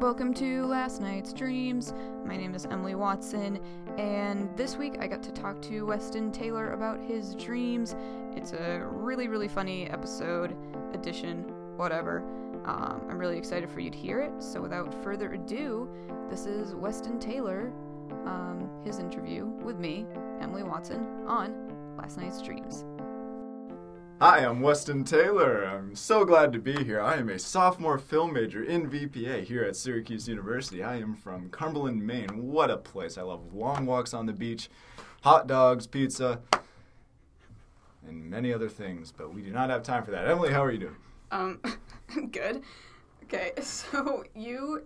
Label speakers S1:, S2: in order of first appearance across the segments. S1: Welcome to Last Night's Dreams. My name is Emily Watson, and this week I got to talk to Weston Taylor about his dreams. It's a really, really funny episode, edition, whatever. Um, I'm really excited for you to hear it. So, without further ado, this is Weston Taylor, um, his interview with me, Emily Watson, on Last Night's Dreams.
S2: Hi, I'm Weston Taylor. I'm so glad to be here. I am a sophomore film major in VPA here at Syracuse University. I am from Cumberland, Maine. What a place. I love long walks on the beach, hot dogs, pizza, and many other things, but we do not have time for that. Emily, how are you doing?
S1: Um, I'm good. Okay, so you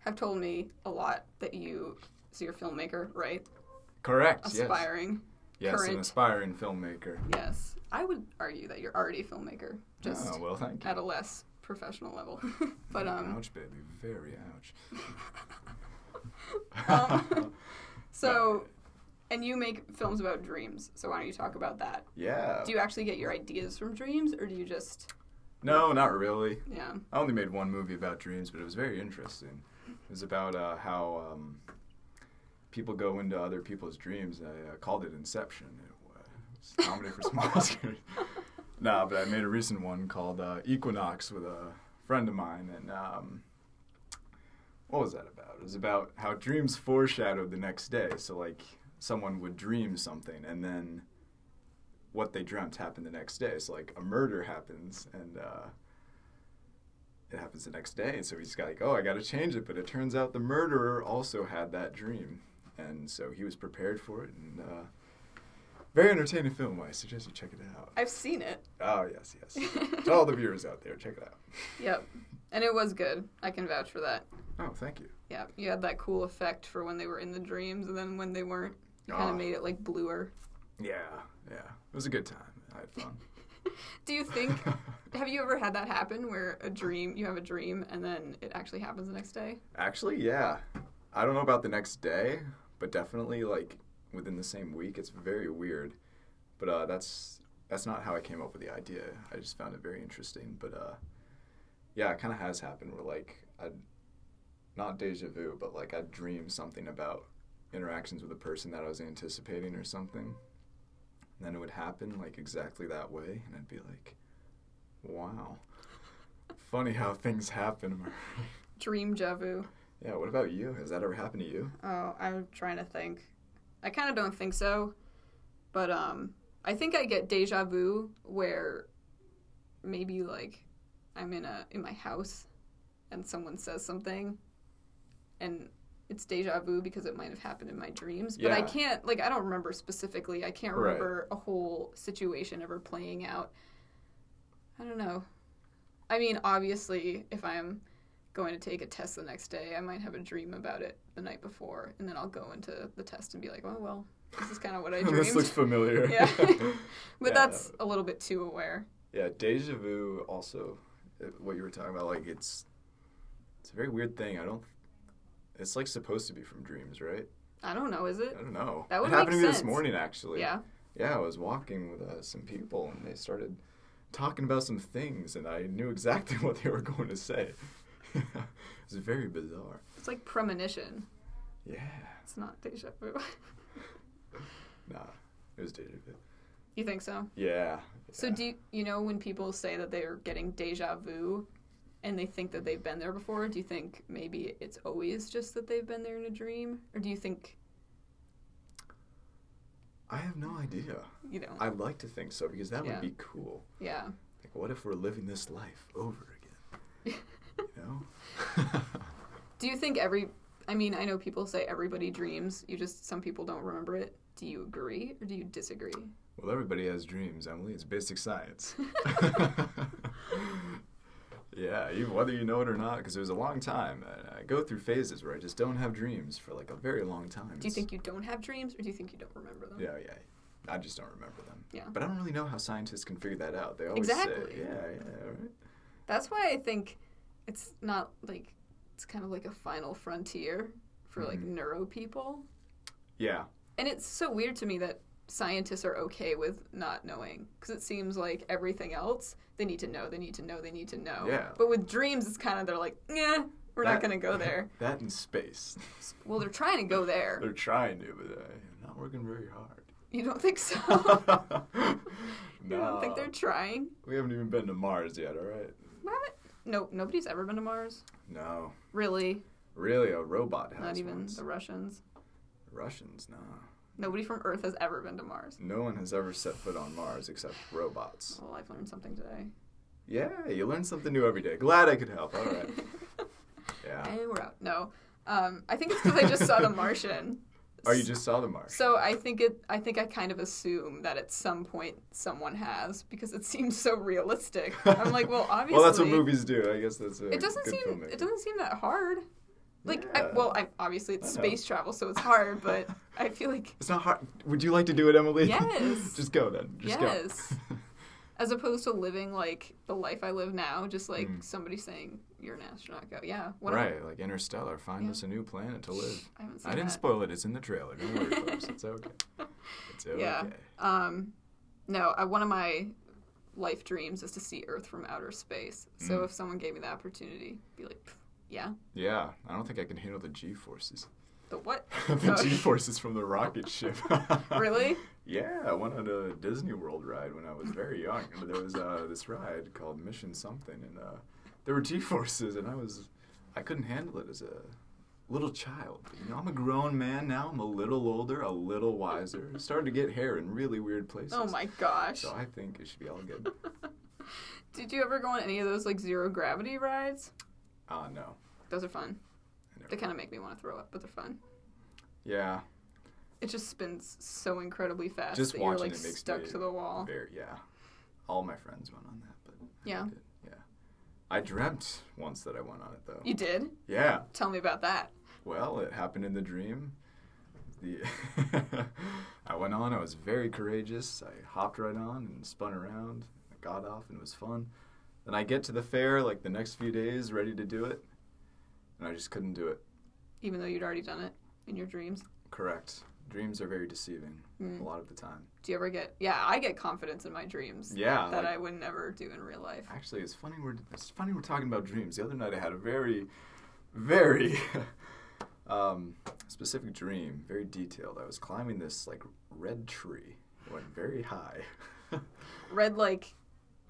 S1: have told me a lot that you, so you're a filmmaker, right?
S2: Correct.
S1: Aspiring.
S2: yes. Yes, an
S1: current.
S2: aspiring filmmaker.
S1: Yes. I would argue that you're already a filmmaker, just
S2: oh, well, thank you.
S1: at a less professional level. but um,
S2: ouch, baby. Very ouch.
S1: um so and you make films about dreams. So why don't you talk about that?
S2: yeah.
S1: Do you actually get your ideas from dreams or do you just
S2: no, not really.
S1: yeah.
S2: I only made one movie about dreams, but it was very interesting. It was about uh, how um, people go into other people's dreams. I uh, called it Inception. It was comedy for small screen. nah, but I made a recent one called uh, Equinox with a friend of mine, and um, what was that about? It was about how dreams foreshadowed the next day. So like someone would dream something, and then what they dreamt happened the next day. So like a murder happens, and uh, it happens the next day. So he's got like, oh, I got to change it. But it turns out the murderer also had that dream, and so he was prepared for it. And uh, very entertaining film. I suggest you check it out.
S1: I've seen it.
S2: Oh yes, yes. to all the viewers out there, check it out.
S1: Yep. And it was good. I can vouch for that.
S2: Oh, thank you.
S1: Yeah. You had that cool effect for when they were in the dreams and then when they weren't. You kind
S2: Ah.
S1: of made it like bluer.
S2: Yeah, yeah. It was a good time. I had fun.
S1: Do you think have you ever had that happen where a dream you have a dream and then it actually happens the next day?
S2: Actually, yeah. I don't know about the next day, but definitely like within the same week. It's very weird. But uh, that's that's not how I came up with the idea. I just found it very interesting. But uh, yeah, it kind of has happened where like I not deja vu, but like I dream something about interactions with a person that I was anticipating or something. And then it would happen like exactly that way, and I'd be like, "Wow, funny how things happen."
S1: Dream Javu.
S2: Yeah, what about you? Has that ever happened to you?
S1: Oh, I'm trying to think. I kind of don't think so, but um, I think I get deja vu where maybe like I'm in a in my house and someone says something, and it's deja vu because it might have happened in my dreams, but I
S2: Yeah.
S1: can't like I don't remember specifically. I can't
S2: Right.
S1: remember a whole situation ever playing out. I don't know. I mean, obviously, if I'm going to take a test the next day, I might have a dream about it the night before, and then I'll go into the test and be like, oh, well, this is kind of what I
S2: this looks
S1: dreamed.
S2: familiar.
S1: Yeah. but
S2: Yeah,
S1: that's a little bit too aware.
S2: yeah, deja vu also uh, what you were talking about like it's it's a very weird thing. I don't it's like supposed to be from dreams, right?
S1: I don't know, is
S2: I
S1: it?
S2: don't know.
S1: That would
S2: it
S1: make
S2: happened to me this
S1: sense.
S2: morning actually.
S1: Yeah.
S2: Yeah, I was walking with uh, some people and they started talking about some things and I knew exactly what they were going to say. it was very bizarre.
S1: It's like premonition.
S2: Yeah.
S1: It's not deja vu.
S2: Nah. It was deja vu.
S1: you think so?
S2: Yeah.
S1: So
S2: yeah.
S1: do you, you know when people say that they're getting deja vu and they think that they've been there before, do you think maybe it's always just that they've been there in a dream? Or do you think
S2: I have no idea.
S1: you don't?
S2: I'd like to think so because that
S1: Yeah.
S2: would be cool.
S1: yeah.
S2: Like, what if we're living this life over again? you know?
S1: Do you think every I mean, I know people say everybody dreams, you just some people don't remember it. Do you agree or do you disagree?
S2: well, everybody has dreams, Emily. It's basic science. yeah, even whether you know it or not, because it was a long time. I, I go through phases where I just don't have dreams for like a very long time.
S1: Do you
S2: It's-
S1: think you don't have dreams or do you think you don't remember them?
S2: Yeah, yeah. I just don't remember them.
S1: Yeah.
S2: But I don't really know how scientists can figure that out. They always
S1: Exactly.
S2: say, yeah, yeah, right.
S1: That's why I think it's not like it's kind of like a final frontier for like
S2: Mm-hmm.
S1: neuro people.
S2: Yeah.
S1: And it's so weird to me that scientists are okay with not knowing because it seems like everything else they need to know, they need to know, they need to know.
S2: Yeah.
S1: But with dreams, it's kind of they're like, yeah, We're not
S2: That-
S1: gonna go there.
S2: That in space.
S1: Well, they're trying to go there.
S2: They're trying to, but uh, not working very
S1: You don't think so?
S2: hard.
S1: You don't think they're trying?
S2: We haven't even been to Mars yet, all right?
S1: Haven't? Nope. Nobody's ever been to Mars.
S2: No.
S1: Really?
S2: Really, a robot has
S1: Not even
S2: once.
S1: the Russians.
S2: Russians, nah.
S1: Nobody from Earth has ever been to Mars.
S2: No one has ever set foot on Mars except robots.
S1: Well, I've learned something today.
S2: Yeah, you learn something new every day. Glad I could help. All right. Yeah.
S1: and we're out. No. Um, I think it's because I just saw The Martian.
S2: Oh, you just saw the Mars.
S1: So I think it. I think I kind of assume that at some point someone has because it seems so realistic. I'm like, well, obviously.
S2: Well, that's what movies do. I guess that's a
S1: It doesn't
S2: good
S1: seem.
S2: filmmaking.
S1: It doesn't seem that hard. Like, I,
S2: Yeah.
S1: well, I, obviously it's
S2: I know.
S1: space travel, so it's hard. But I feel like
S2: It's not hard. Would you like to do it, Emily?
S1: Yes.
S2: just go then. Just go.
S1: Yes. as opposed to living like the life I live now, just like
S2: Mm.
S1: somebody saying you're an astronaut. Go, yeah. What
S2: right, like Interstellar. Find
S1: Yeah.
S2: us a new planet to live.
S1: I haven't seen
S2: I didn't
S1: that.
S2: spoil it. It's in the trailer. Don't worry, folks. It's okay. It's okay.
S1: Yeah. um, no, I, one of my life dreams is to see Earth from outer space. So
S2: Mm.
S1: if someone gave me the opportunity, be like, "Pff, yeah,
S2: Yeah, I don't think I can handle the G forces.
S1: the what?
S2: the
S1: Oh.
S2: G forces from the rocket ship.
S1: really?
S2: Yeah, I went on a Disney World ride when I was very young. And There was uh, this ride called Mission Something, and uh, there were G forces, and I was, I couldn't handle it as a little child. But, you know, I'm a grown man now. I'm a little older, a little wiser. Started to get hair in really weird places.
S1: Oh my gosh!
S2: So I think it should be all good.
S1: Did you ever go on any of those like zero gravity rides?
S2: Ah, no.
S1: Those are fun.
S2: I never-
S1: They kind of make me want to throw up, but they're fun.
S2: Yeah,
S1: It just spins so incredibly fast
S2: Just
S1: that you're
S2: watching
S1: like
S2: it makes
S1: stuck
S2: me
S1: to the wall.
S2: very. Yeah, all my friends went on that, but I
S1: Yeah.
S2: didn't. yeah. I dreamt once that I went on it though.
S1: You did?
S2: Yeah.
S1: Tell me about that.
S2: Well, it happened in the dream. The I went on. I was very courageous. I hopped right on and spun around. I got off and it was fun. Then I get to the fair like the next few days, ready to do it, and I just couldn't do it.
S1: Even though you'd already done it in your dreams.
S2: Correct. Dreams are very deceiving
S1: Mm.
S2: a lot of the time.
S1: Do you ever get? Yeah, I get confidence in my dreams
S2: Yeah.
S1: that
S2: like-
S1: I would never do in real life.
S2: Actually, it's funny we're it's funny we're talking about dreams. The other night I had a very, very um, specific dream, very detailed. I was climbing this like red tree. It went very high.
S1: Red like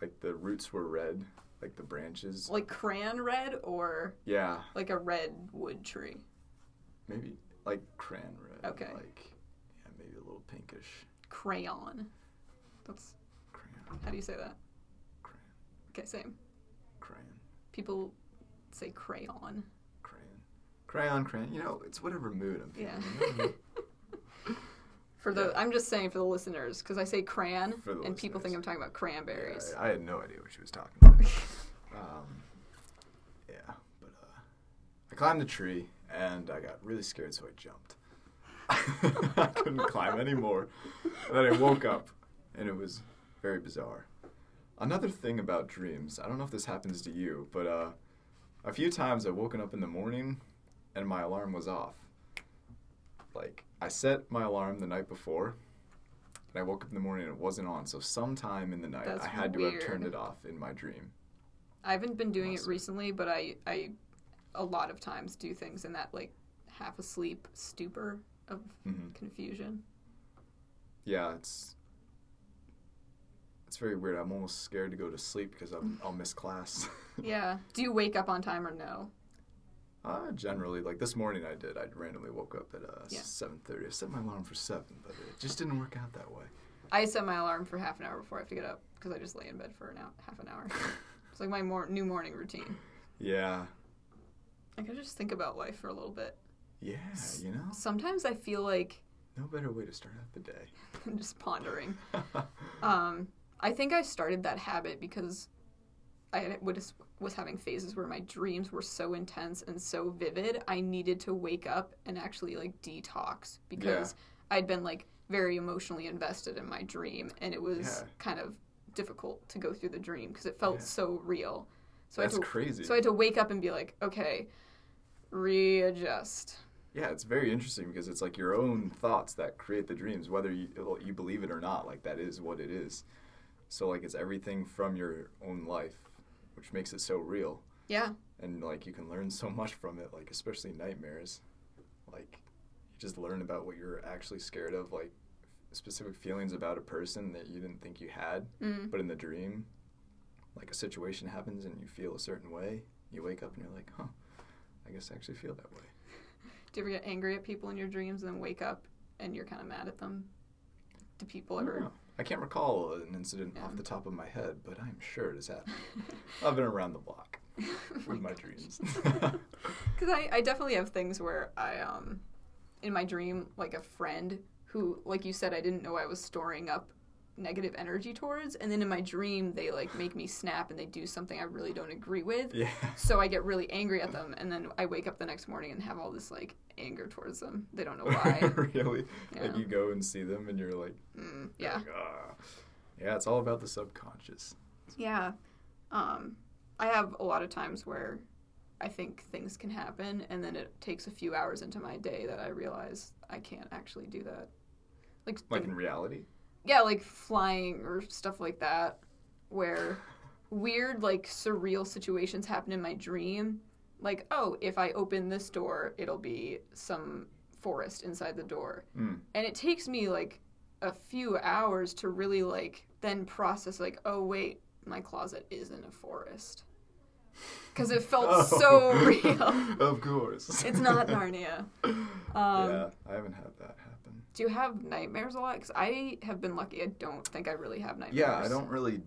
S2: like the roots were red, like the branches.
S1: like crayon red or
S2: Yeah,
S1: like a red wood tree.
S2: maybe like crayon red.
S1: Okay.
S2: Like yeah, maybe a little pinkish
S1: Crayon. That's
S2: crayon.
S1: how do you say that?
S2: Crayon.
S1: Okay, same.
S2: Crayon.
S1: People say crayon.
S2: Crayon. Crayon, crayon. You know, it's whatever mood I'm
S1: Yeah.
S2: feeling. Yeah.
S1: For the
S2: Yeah.
S1: I'm just saying for the listeners because I say crayon and
S2: For the
S1: people think I'm talking about cranberries.
S2: Yeah, I I had no idea what she was talking about. um, yeah, but uh, I climbed the tree and I got really scared, so I jumped. I couldn't climb anymore. And then I woke up, and it was very bizarre. Another thing about dreams, I don't know if this happens to you, but uh, a few times I've woken up in the morning and my alarm was off. Like, I set my alarm the night before, and I woke up in the morning and it wasn't on. So, sometime in the night,
S1: That's
S2: I had to have
S1: weird.
S2: turned it off in my dream.
S1: I haven't been doing it
S2: Awesome.
S1: recently, but I I a lot of times do things in that like half asleep stupor of
S2: hmm
S1: confusion.
S2: Yeah, it's. It's very weird. I'm almost scared to go to sleep because I'm, I'll miss class.
S1: Yeah. Do you wake up on time or no?
S2: Uh, generally, like this morning, I did. I randomly woke up at uh,
S1: Yeah.
S2: seven thirty. I set my alarm for seven, but it just didn't work out that way.
S1: I set my alarm for half an hour before I have to get up because I just lay in bed for an hour, half an hour. it's like my mor- new morning routine.
S2: Yeah,
S1: Like I just think about life for a little bit.
S2: yeah. You know,
S1: Sometimes I feel like
S2: no better way to start out the day.
S1: I'm just pondering. Um, I think I started that habit because I had- was was having phases where my dreams were so intense and so vivid. I needed to wake up and actually like detox because I'd been like very emotionally invested in my dream, and it was
S2: Yeah.
S1: kind of difficult to go through the dream because it felt
S2: Yeah.
S1: so real. So I
S2: That's
S1: had to,
S2: crazy.
S1: so I had to wake up and be like, okay, readjust.
S2: yeah, it's very interesting because it's like your own thoughts that create the dreams, whether you well, you believe it or not. Like that is what it is. So like it's everything from your own life, which makes it so real.
S1: Yeah,
S2: and like you can learn so much from it like especially nightmares like you just learn about what you're actually scared of like specific feelings about a person that you didn't think you had
S1: Mm.
S2: but in the dream like a situation happens and you feel a certain way you wake up and you're like huh i guess i actually feel that way
S1: Do you ever get angry at people in your dreams and then wake up and you're kind of mad at them? Do people ever?
S2: No. I can't recall an incident off
S1: Yeah.
S2: the top of my head, but I'm sure it has happened. I've been around the block
S1: Oh
S2: with my dreams.
S1: Because I, I definitely have things where I, um, in my dream, like a friend who, like you said, I didn't know I was storing up negative energy towards, and then in my dream they like make me snap and they do something I really don't agree with.
S2: yeah.
S1: So I get really angry at them, and then I wake up the next morning and have all this like anger towards them. They don't know why.
S2: really?
S1: Yeah.
S2: Like you go and see them and you're like,
S1: mm,
S2: you're
S1: yeah.
S2: like, "Ah." Yeah, it's all about the subconscious.
S1: Yeah. Um, I have a lot of times where I think things can happen, and then it takes a few hours into my day that I realize I can't actually do that. Like,
S2: Like
S1: the-
S2: in reality.
S1: yeah, like flying or stuff like that, where weird, like surreal situations happen in my dream. Like, oh, if I open this door, it'll be some forest inside the door.
S2: Mm.
S1: And it takes me like a few hours to really like then process, like, oh, wait, my closet is in a forest. Because it felt
S2: Oh.
S1: Oh, so real.
S2: of course.
S1: It's not Narnia. Um,
S2: yeah, I haven't had that happen.
S1: Do you have nightmares a lot? Because I have been lucky. I don't think I really have nightmares.
S2: Yeah, I don't really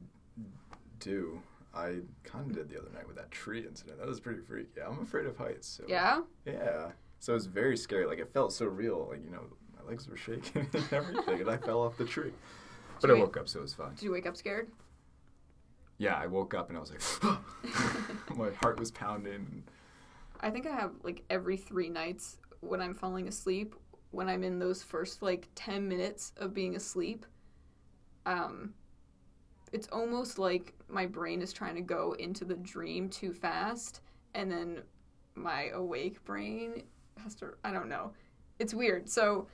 S2: do. I kind of did the other night with that tree incident. That was pretty freaky. I'm afraid of heights. So
S1: Yeah?
S2: Yeah. So it was very scary. Like it felt so real. Like you know, my legs were shaking and everything, and I fell off the tree. But
S1: Should
S2: I
S1: we-
S2: woke up, so it was fine.
S1: Did you wake up scared?
S2: Yeah, I woke up and I was like, my heart was pounding.
S1: I think I have like every three nights when I'm falling asleep, when I'm in those first like 10 minutes of being asleep, um, it's almost like my brain is trying to go into the dream too fast, and then my awake brain has to, I don't know. It's weird. So,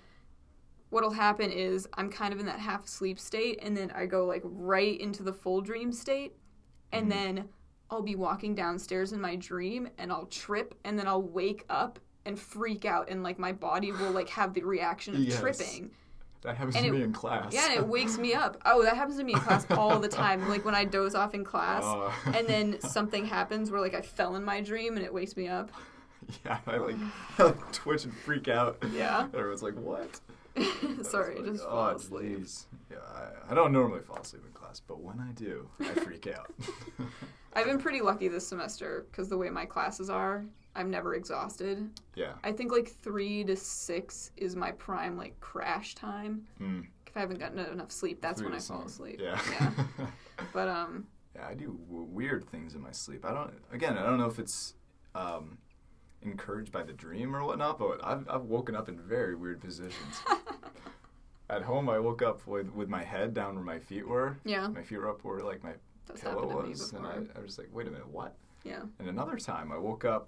S1: what'll happen is I'm kind of in that half sleep state, and then I go like right into the full dream state, and
S2: Mhm.
S1: then I'll be walking downstairs in my dream and I'll trip and then I'll wake up and freak out and like my body will like have the reaction of
S2: Yes.
S1: tripping.
S2: That happens
S1: And
S2: to
S1: it-
S2: me in class.
S1: Yeah, and it wakes me up. Oh, that happens to me in class all the time. Like when I doze off in class
S2: Oh.
S1: and then something happens where like I fell in my dream and it wakes me up.
S2: yeah, I like, I like twitch and freak out.
S1: Yeah.
S2: Everyone's like, what? I was
S1: Sorry,
S2: like,
S1: I just
S2: "Oh,
S1: fall asleep.
S2: jeez." Yeah, I, I don't normally fall asleep in class, but when I do, I freak out.
S1: I've been pretty lucky this semester because the way my classes are, I'm never exhausted.
S2: yeah.
S1: I think like three to six is my prime like crash time.
S2: Mm.
S1: If I haven't gotten enough sleep, that's
S2: Three
S1: when I
S2: to
S1: fall
S2: six.
S1: asleep.
S2: Yeah.
S1: But um,
S2: Yeah, I do w- weird things in my sleep. I don't. Again, I don't know if it's um, encouraged by the dream or whatnot, but I've I've woken up in very weird positions. At home, I woke up with with my head down where my feet were.
S1: yeah,
S2: My feet were up where like my
S1: that's
S2: pillow
S1: happened to me
S2: was, and I,
S1: before.
S2: I was just like, wait a minute, what?
S1: Yeah.
S2: And another time, I woke up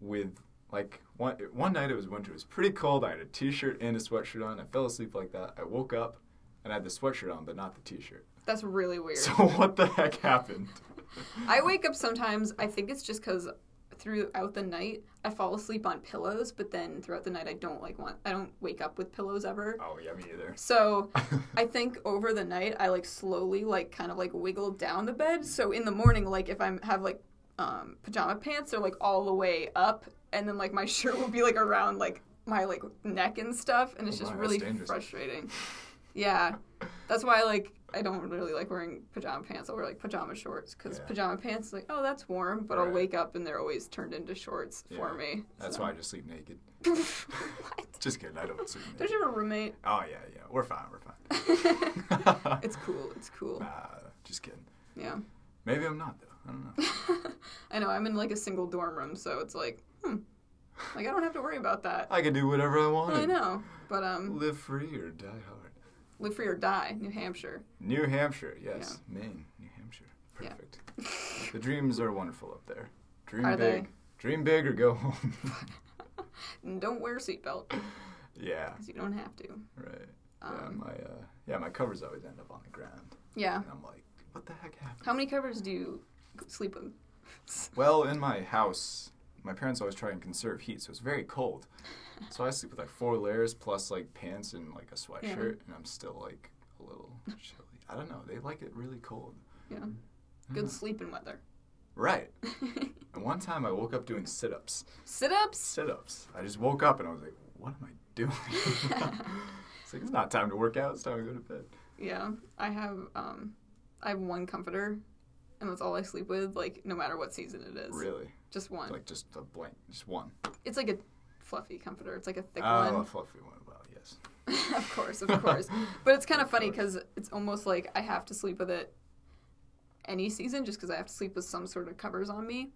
S2: with like one one night it was winter. It was pretty cold. I had a t-shirt and a sweatshirt on. I fell asleep like that. I woke up and I had the sweatshirt on, but not the t-shirt.
S1: That's really weird.
S2: So what the heck happened?
S1: I wake up sometimes. I think it's just because throughout the night I fall asleep on pillows, but then throughout the night I don't like want. I don't wake up with pillows ever.
S2: Oh yeah, me either.
S1: So I think over the night I like slowly like kind of like wiggle down the bed. So in the morning, like if I'm have like um, pajama pants, they're like all the way up, and then like my shirt will be like around like my like neck and stuff, and it's
S2: Oh
S1: just
S2: my, that's
S1: really
S2: dangerous.
S1: frustrating. Yeah, that's why like I don't really like wearing pajama pants. I'll wear like pajama shorts because
S2: Yeah.
S1: pajama pants like oh that's warm, but I'll
S2: Right.
S1: wake up and they're always turned into shorts for
S2: Yeah.
S1: me.
S2: That's
S1: so.
S2: why I just sleep naked.
S1: what?
S2: Just kidding, I don't sleep
S1: Don't
S2: naked.
S1: you have a roommate?
S2: Oh yeah, yeah, we're fine, we're fine.
S1: It's cool. It's cool.
S2: nah, just kidding.
S1: Yeah.
S2: Maybe I'm not though. I don't know.
S1: I know I'm in like a single dorm room, so it's like, hmm, like I don't have to worry about that.
S2: I could do whatever I want.
S1: I know, but um,
S2: Live free or die hard.
S1: live free or die, New Hampshire.
S2: New Hampshire, yes, Maine, New Hampshire,
S1: Yeah.
S2: perfect. the dreams are wonderful up there. Dream
S1: Are
S2: big.
S1: they?
S2: Dream big or go home.
S1: And don't wear a seatbelt
S2: yeah,
S1: because you don't have to.
S2: right. yeah,
S1: Um,
S2: my uh, yeah, my covers always end up on the ground,
S1: yeah.
S2: and I'm like, what the heck happened?
S1: How many covers do you sleep with?
S2: Well, in my house, my parents always try and conserve heat, so it's very cold. So I sleep with like four layers plus like pants and like a sweatshirt, and I'm still like a little chilly. I don't know. They like it really cold.
S1: Yeah. Good sleeping weather.
S2: Right. And one time I woke up doing sit ups.
S1: Sit ups?
S2: Sit ups. I just woke up and I was like, what am I doing? it's like, it's not time to work out. It's time to go to bed.
S1: Yeah. I have um I have one comforter and that's all I sleep with, like no matter what season it is.
S2: Really?
S1: Just one.
S2: Like just a blank, just one.
S1: it's like a fluffy comforter. It's like a thick
S2: oh,
S1: one.
S2: a fluffy one. Wow, yes.
S1: of course, of course. But it's kind of
S2: Of
S1: funny
S2: course.
S1: because it's almost like I have to sleep with it any season just because I have to sleep with some sort of covers on me.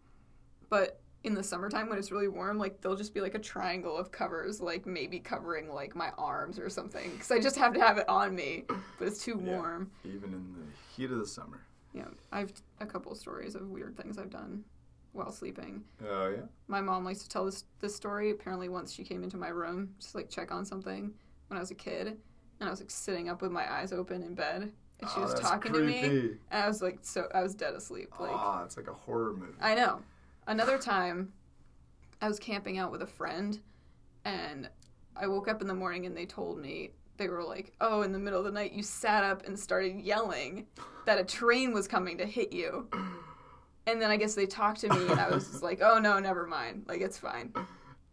S1: But in the summertime when it's really warm, like they'll just be like a triangle of covers, like maybe covering like my arms or something because I just have to have it on me. But it's too
S2: Yeah.
S1: warm.
S2: Even in the heat of the summer.
S1: Yeah, I've a couple stories of weird things I've done while sleeping.
S2: Oh, yeah?
S1: My mom likes to tell this this story. Apparently, once she came into my room just to, like check on something when I was a kid, and I was like sitting up with my eyes open in bed, and she
S2: Oh,
S1: was
S2: that's
S1: talking to me,
S2: creepy.
S1: and I was like, so I was dead asleep. Like
S2: Ah, it's like a horror movie.
S1: I know. Another time, I was camping out with a friend, and I woke up in the morning and they told me they were like, "Oh, in the middle of the night, you sat up and started yelling that a train was coming to hit you." And then I guess they talked to me, and I was just like, "Oh no, never mind. Like it's fine."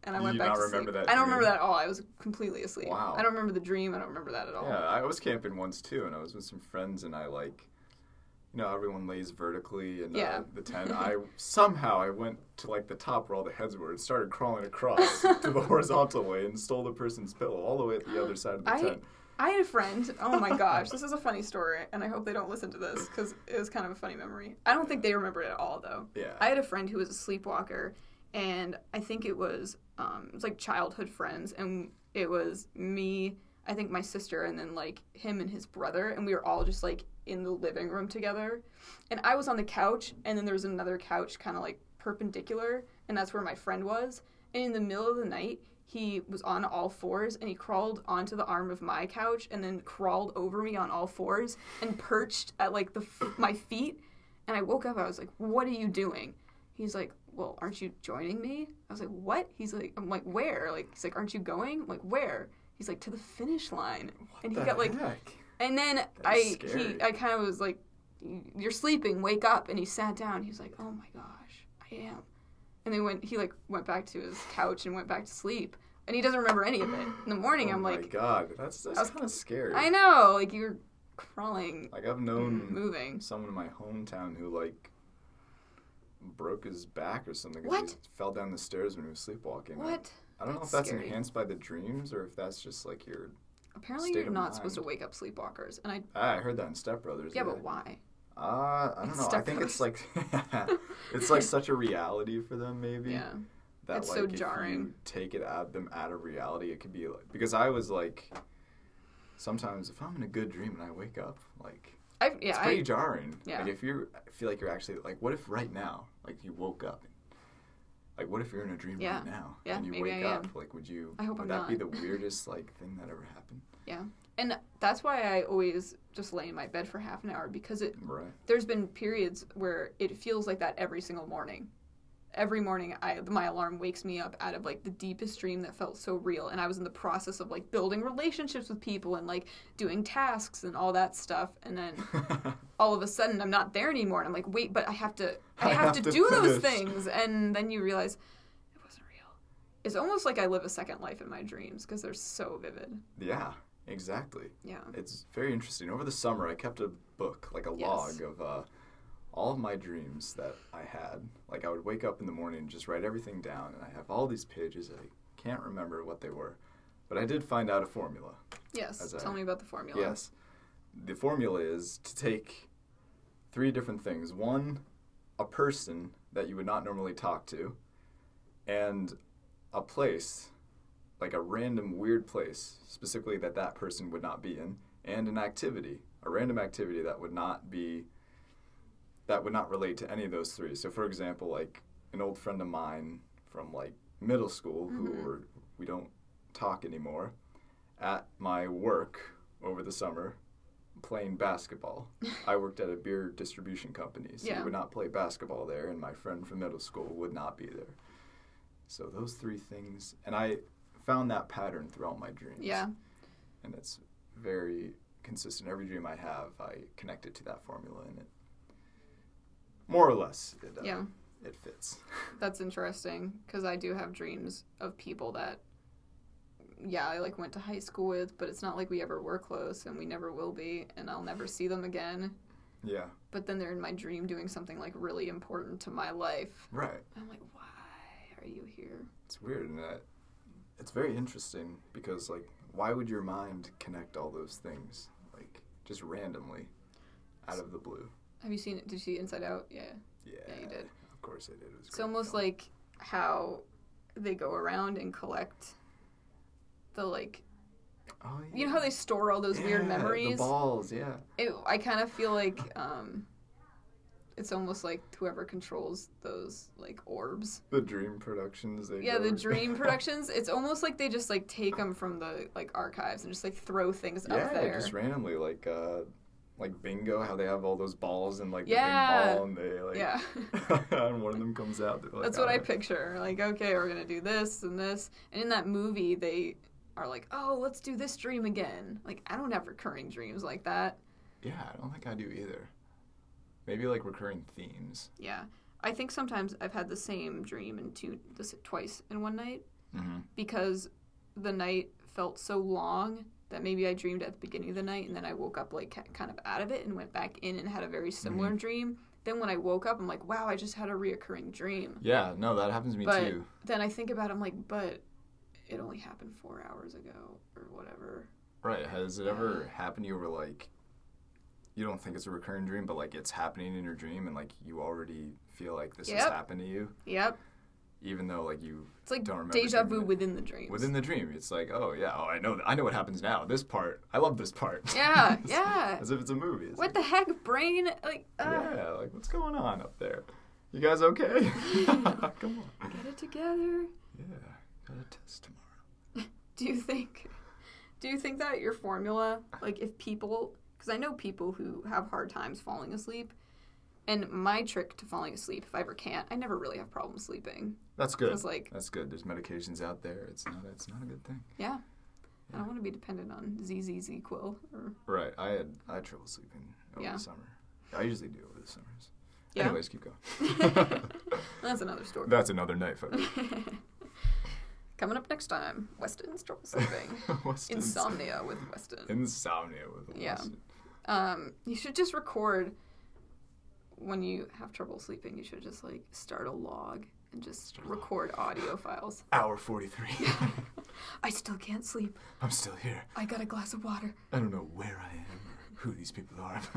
S1: And I
S2: You
S1: went
S2: do
S1: back
S2: not
S1: to
S2: remember
S1: sleep.
S2: that
S1: I don't remember
S2: dream?
S1: that at all. I was completely asleep.
S2: Wow.
S1: I don't remember the dream. I don't remember that at all.
S2: Yeah, I was camping once too, and I was with some friends, and I like, you know, everyone lays vertically in
S1: Yeah.
S2: uh, the tent. I somehow I went to like the top where all the heads were and started crawling across to the horizontal way and stole the person's pillow all the way at the other side of the
S1: I-
S2: tent.
S1: I had a friend. Oh my gosh, this is a funny story, and I hope they don't listen to this because it was kind of a funny memory. I don't think they remember it at all though.
S2: Yeah,
S1: I had a friend who was a sleepwalker, and I think it was um, it was like childhood friends, and it was me, I think my sister, and then like him and his brother, and we were all just like in the living room together, and I was on the couch, and then there was another couch kind of like perpendicular, and that's where my friend was, and in the middle of the night. He was on all fours and he crawled onto the arm of my couch and then crawled over me on all fours and perched at like the f- my feet and I woke up, I was like, What are you doing? He's like, Well, aren't you joining me? I was like, What? He's like, I'm like, Where? Like, he's like, Aren't you going? I'm like, Where? He's like, To the finish line. and he
S2: The
S1: got like,
S2: heck?
S1: and then I,
S2: is
S1: he,
S2: scary.
S1: I kind of was like, You're sleeping, wake up. And he sat down. He was like, Oh my gosh, I am. And then went, he like went back to his couch and went back to sleep. And he doesn't remember any of it. In the morning,
S2: oh
S1: I'm
S2: my
S1: like,
S2: God, that's
S1: I
S2: that's
S1: was-
S2: kind of scary.
S1: I Mm-hmm. know, like, you're crawling,
S2: Like I've known
S1: moving.
S2: someone in my hometown who like broke his back or something. 'cause
S1: What?
S2: He fell down the stairs when he was sleepwalking. I-
S1: What?
S2: I don't know
S1: That's
S2: if that's
S1: scary.
S2: enhanced by the dreams or if that's just like your.
S1: Apparently,
S2: State
S1: you're
S2: of
S1: not supposed to
S2: mind.
S1: wake up sleepwalkers. And I,
S2: Ah, I heard that in Step Brothers.
S1: yeah, but why?
S2: Uh, I don't know. I
S1: Step
S2: think it's like
S1: Brothers.
S2: it's like such a reality for them, maybe.
S1: Yeah.
S2: That
S1: It's
S2: like
S1: so
S2: if
S1: jarring.
S2: you take it out them out of reality, it could be like because I was like, sometimes if I'm in a good dream and I wake up, like
S1: I've, yeah,
S2: it's pretty
S1: I,
S2: jarring.
S1: yeah.
S2: Like if you are feel like you're actually like, what if right now, like you woke up, like what if you're in a dream
S1: Yeah.
S2: right now
S1: Yeah,
S2: and you
S1: maybe
S2: wake
S1: I
S2: up, like would you?
S1: I hope
S2: would
S1: I'm
S2: that be the
S1: not.
S2: weirdest like thing that ever happened?
S1: and that's why I always just lay in my bed for half an hour because it,
S2: Right.
S1: there's been periods where it feels like that every single morning. Every morning, I my alarm wakes me up out of like the deepest dream that felt so real, and I was in the process of like building relationships with people and like doing tasks and all that stuff, and then all of a sudden I'm not there anymore, and I'm like, wait, but I have to, I, have, to, do those
S2: finish.
S1: things, and then you realize it wasn't real. It's almost like I live a second life in my dreams because they're so vivid.
S2: yeah. Exactly.
S1: Yeah.
S2: It's very interesting. Over the summer, I kept a book, like a
S1: Yes.
S2: log of uh, all of my dreams that I had. Like I would wake up in the morning and just write everything down, and I have all these pages. I can't remember what they were, but I did find out a formula.
S1: Yes.
S2: As I-
S1: Tell me about the formula.
S2: Yes, the formula is to take three different things: one, a person that you would not normally talk to, and a place, like a random weird place, specifically that that person would not be in, and an activity, a random activity that would not be, that would not relate to any of those three. So, for example, like an old friend of mine from like middle school who were, we don't talk anymore, at my work over the summer, playing basketball. I worked at a beer distribution company, so
S1: Yeah.
S2: you would not play basketball there, and my friend from middle school would not be there. So those three things, and I found that pattern throughout my dreams.
S1: Yeah.
S2: and it's very consistent. Every dream I have, I connect it to that formula, and it more or less it uh,
S1: Yeah.
S2: it fits.
S1: That's interesting because I do have dreams of people that, yeah, I like went to high school with, but it's not like we ever were close and we never will be, and I'll never see them again.
S2: yeah,
S1: But then they're in my dream doing something like really important to my life.
S2: right.
S1: I'm like, why are you here?
S2: It's weird, and that it's very interesting because like, why would your mind connect all those things like just randomly out of the blue?
S1: Have you seen it? Did you see Inside Out? Yeah.
S2: Yeah,
S1: Yeah, you did.
S2: Of course I did. It was a
S1: It's
S2: great
S1: almost
S2: film.
S1: like how they go around and collect the like
S2: oh, yeah.
S1: you know how they store all those
S2: Yeah,
S1: weird memories
S2: The balls, yeah.
S1: it, I kind of feel like um, it's almost like whoever controls those like orbs.
S2: The dream productions. They
S1: Yeah,
S2: go
S1: the
S2: with-
S1: Dream Productions. It's almost like they just like take them from the like archives and just like throw things
S2: yeah,
S1: up there.
S2: just randomly like uh, like bingo, how they have all those balls and like
S1: Yeah.
S2: the big ball, and they like
S1: yeah,
S2: and one of them comes out. they're like, "Oh."
S1: that's what I
S2: "Alright."
S1: picture. Like, okay, we're gonna do this and this. And in that movie, they are like, oh, let's do this dream again. Like, I don't have recurring dreams like that.
S2: Yeah, I don't think I do either. Maybe like recurring themes.
S1: Yeah, I think sometimes I've had the same dream in two, this twice in one night.
S2: Mm-hmm.
S1: because the night felt so long that maybe I dreamed at the beginning of the night and then I woke up like ki- kind of out of it and went back in and had a very similar
S2: Mm-hmm.
S1: dream. Then when I woke up, I'm like, wow, I just had a reoccurring dream.
S2: Yeah, no, that happens to me
S1: But-
S2: too.
S1: Then I think about, it, I'm like, but it only happened four hours ago or whatever.
S2: Right? Has it ever happened to you where like you don't think it's a recurring dream, but like it's happening in your dream, and like you already feel like this has
S1: Yep.
S2: happened to you,
S1: Yep,
S2: even though like you
S1: it's like
S2: Don't remember
S1: deja
S2: dreaming
S1: vu
S2: it.
S1: within the dreams.
S2: within the dream, it's like, oh yeah, oh I know, th- I know what happens now. This part, I love this part.
S1: yeah,
S2: It's
S1: yeah.
S2: As if it's a movie. It's
S1: What the heck, brain? Like, uh,
S2: Yeah, like what's going on up there? You guys okay? Come on.
S1: get it together.
S2: Yeah, got a test tomorrow.
S1: do you think do you think that your formula like if people because i know people who have hard times falling asleep and my trick to falling asleep if i ever can't i never really have problems sleeping
S2: That's good.
S1: because like
S2: That's good. There's medications out there. It's not. It's not a good thing.
S1: i don't want to be dependent on zzz quill or
S2: Right. I had I had trouble sleeping over
S1: Yeah.
S2: the summer. I usually do over the summers.
S1: Yeah.
S2: Anyways, keep going.
S1: that's another story
S2: That's another night, folks.
S1: coming up next time weston's trouble sleeping
S2: Weston's-
S1: insomnia with weston
S2: Insomnia with
S1: Yeah.
S2: Weston.
S1: um, you should just record when you have trouble sleeping you should just like start a log and just record audio files
S2: Hour forty three.
S1: i still can't sleep
S2: I'm still here.
S1: I got a glass of water.
S2: I don't know where I am or who these people are.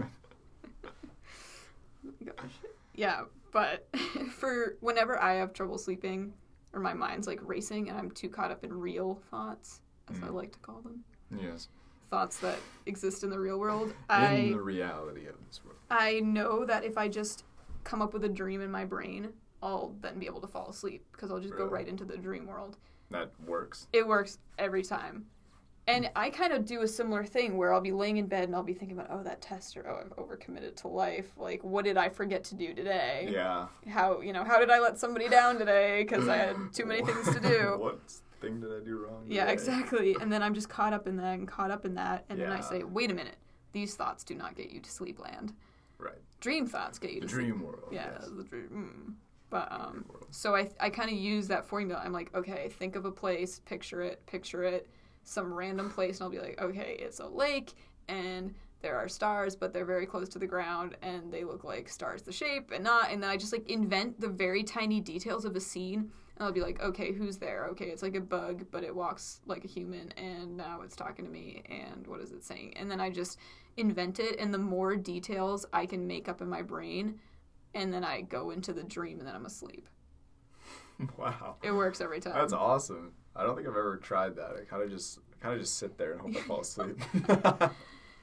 S1: Yeah, but for whenever I have trouble sleeping or my mind's like racing and I'm too caught up in real thoughts, as I
S2: Mm.
S1: like to call them,
S2: yes.
S1: thoughts that exist in the real world, I
S2: In the reality of this world.
S1: I know that if I just come up with a dream in my brain, I'll then be able to fall asleep because I'll just go
S2: Really?
S1: right into the dream world.
S2: That works.
S1: It works every time. And I kind of do a similar thing where I'll be laying in bed and I'll be thinking about, oh, that test, or oh, I've overcommitted to life. Like, what did I forget to do today?
S2: Yeah.
S1: how you know how did I let somebody down today because I had too many things to do.
S2: what thing did I do wrong?
S1: yeah,
S2: today?
S1: exactly. And then I'm just caught up in that and caught up in that, and then I
S2: Yeah.
S1: say, wait a minute, these thoughts do not get you to sleep land.
S2: Right.
S1: Dream thoughts get you
S2: The
S1: to
S2: dream world.
S1: sleep. Yeah,
S2: yes.
S1: the dream. Mm. But um,
S2: world.
S1: so I I kind of use that formula. I'm like, okay, think of a place, picture it, picture it, some random place, and I'll be like, okay, it's a lake, and there are stars, but they're very close to the ground, and they look like stars the shape and not. And then I just like invent the very tiny details of a scene, and I'll be like, okay, who's there? Okay, it's like a bug, but it walks like a human, and now it's talking to me, and what is it saying? And then I just invent it, and the more details I can make up in my brain, and then I go into the dream, and then I'm asleep.
S2: Wow.
S1: It works every time.
S3: Um,
S2: That's awesome. I don't think I've ever tried that. I kind of just kind of just sit there and hope I fall asleep.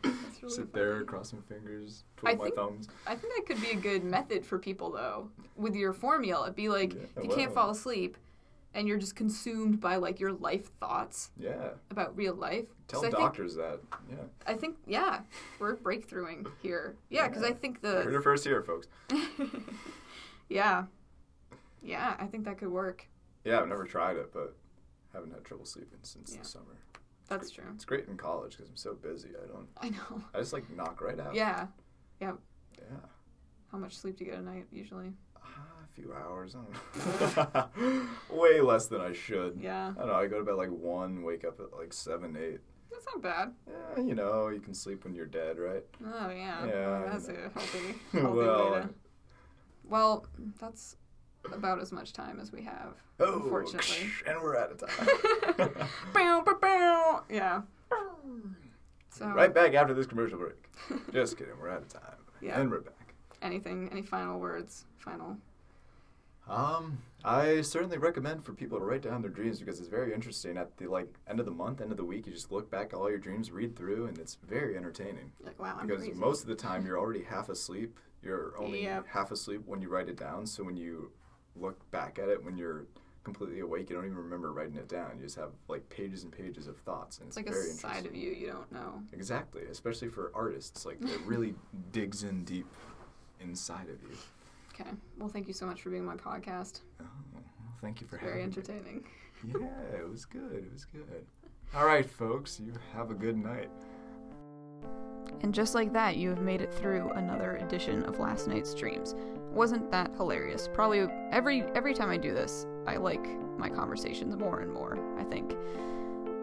S1: That's really funny.
S2: sit there, cross my fingers,
S1: I
S2: twiddle my
S1: think-
S2: thumbs.
S1: I think that could be a good method for people though. With your formula, be like,
S2: Yeah,
S1: if you can't
S2: well.
S1: fall asleep,
S3: and you're just consumed by like your life thoughts
S2: Yeah.
S3: about real life. 'Cause
S2: Tell
S3: I think,
S2: doctors that. Yeah.
S3: I think yeah, we're breakthroughing here. Yeah, because I
S2: Yeah.
S3: think
S2: Heard
S3: the
S2: it first here, folks.
S3: yeah, yeah, I think that could work.
S2: Yeah, I've never tried it, but haven't had trouble sleeping since
S3: Yeah.
S2: the summer.
S3: That's true.
S2: It's great in college because I'm so busy. I don't.
S3: I know.
S2: I just like knock right out.
S3: Yeah.
S2: Yeah.
S3: How much sleep do you get a night usually?
S2: Ah, a few hours. I don't know. Way less than I should.
S3: Yeah,
S2: I don't know. I go to bed like one, wake up at like seven, eight.
S3: that's not bad.
S2: Eh, you know, you can sleep when you're dead, right?
S3: Oh yeah,
S2: Yeah, I
S3: that's
S2: know.
S3: a healthy, healthy way to. Well, that's about as much time as we have,
S2: oh,
S3: unfortunately.
S2: and we're out of time.
S3: Bow, bow, bow. Yeah. So
S2: Right back after this commercial break. Just kidding. We're out of time.
S3: Yeah.
S2: And we're back.
S3: anything? Any final words? Final.
S2: Um, I certainly recommend for people to write down their dreams because it's very interesting. At the like end of the month, end of the week, you just look back at all your dreams, read through, and it's very entertaining.
S3: You're like wow, I'm
S2: Because
S3: crazy.
S2: most of the time, you're already half asleep. You're only
S3: Yep.
S2: half asleep when you write it down. So when you look back at it, when you're completely awake, you don't even remember writing it down. You just have like pages and pages of thoughts, and
S3: it's
S2: it's,
S3: like a
S2: very
S3: side
S2: interesting.
S3: of you you don't know.
S2: Exactly, especially for artists, like it really digs in deep inside of you.
S3: Okay. Well, thank you so much for being on my podcast.
S2: Oh, well, thank you for
S3: It's very
S2: having me.
S3: entertaining.
S2: yeah, it was good. It was good. All right, folks, you have a good night.
S1: And just like that, you have made it through another edition of Last Night's Dreams. Wasn't that hilarious? Probably every every time I do this, I like my conversations more and more, I think.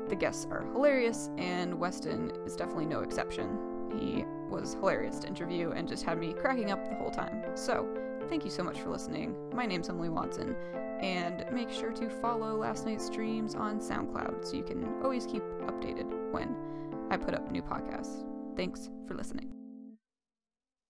S1: The guests are hilarious, and Weston is definitely no exception. He was hilarious to interview and just had me cracking up the whole time. So, thank you so much for listening. My name's Emily Watson, and make sure to follow Last Night's Dreams on SoundCloud so you can always keep updated when I put up new podcasts. Thanks for listening.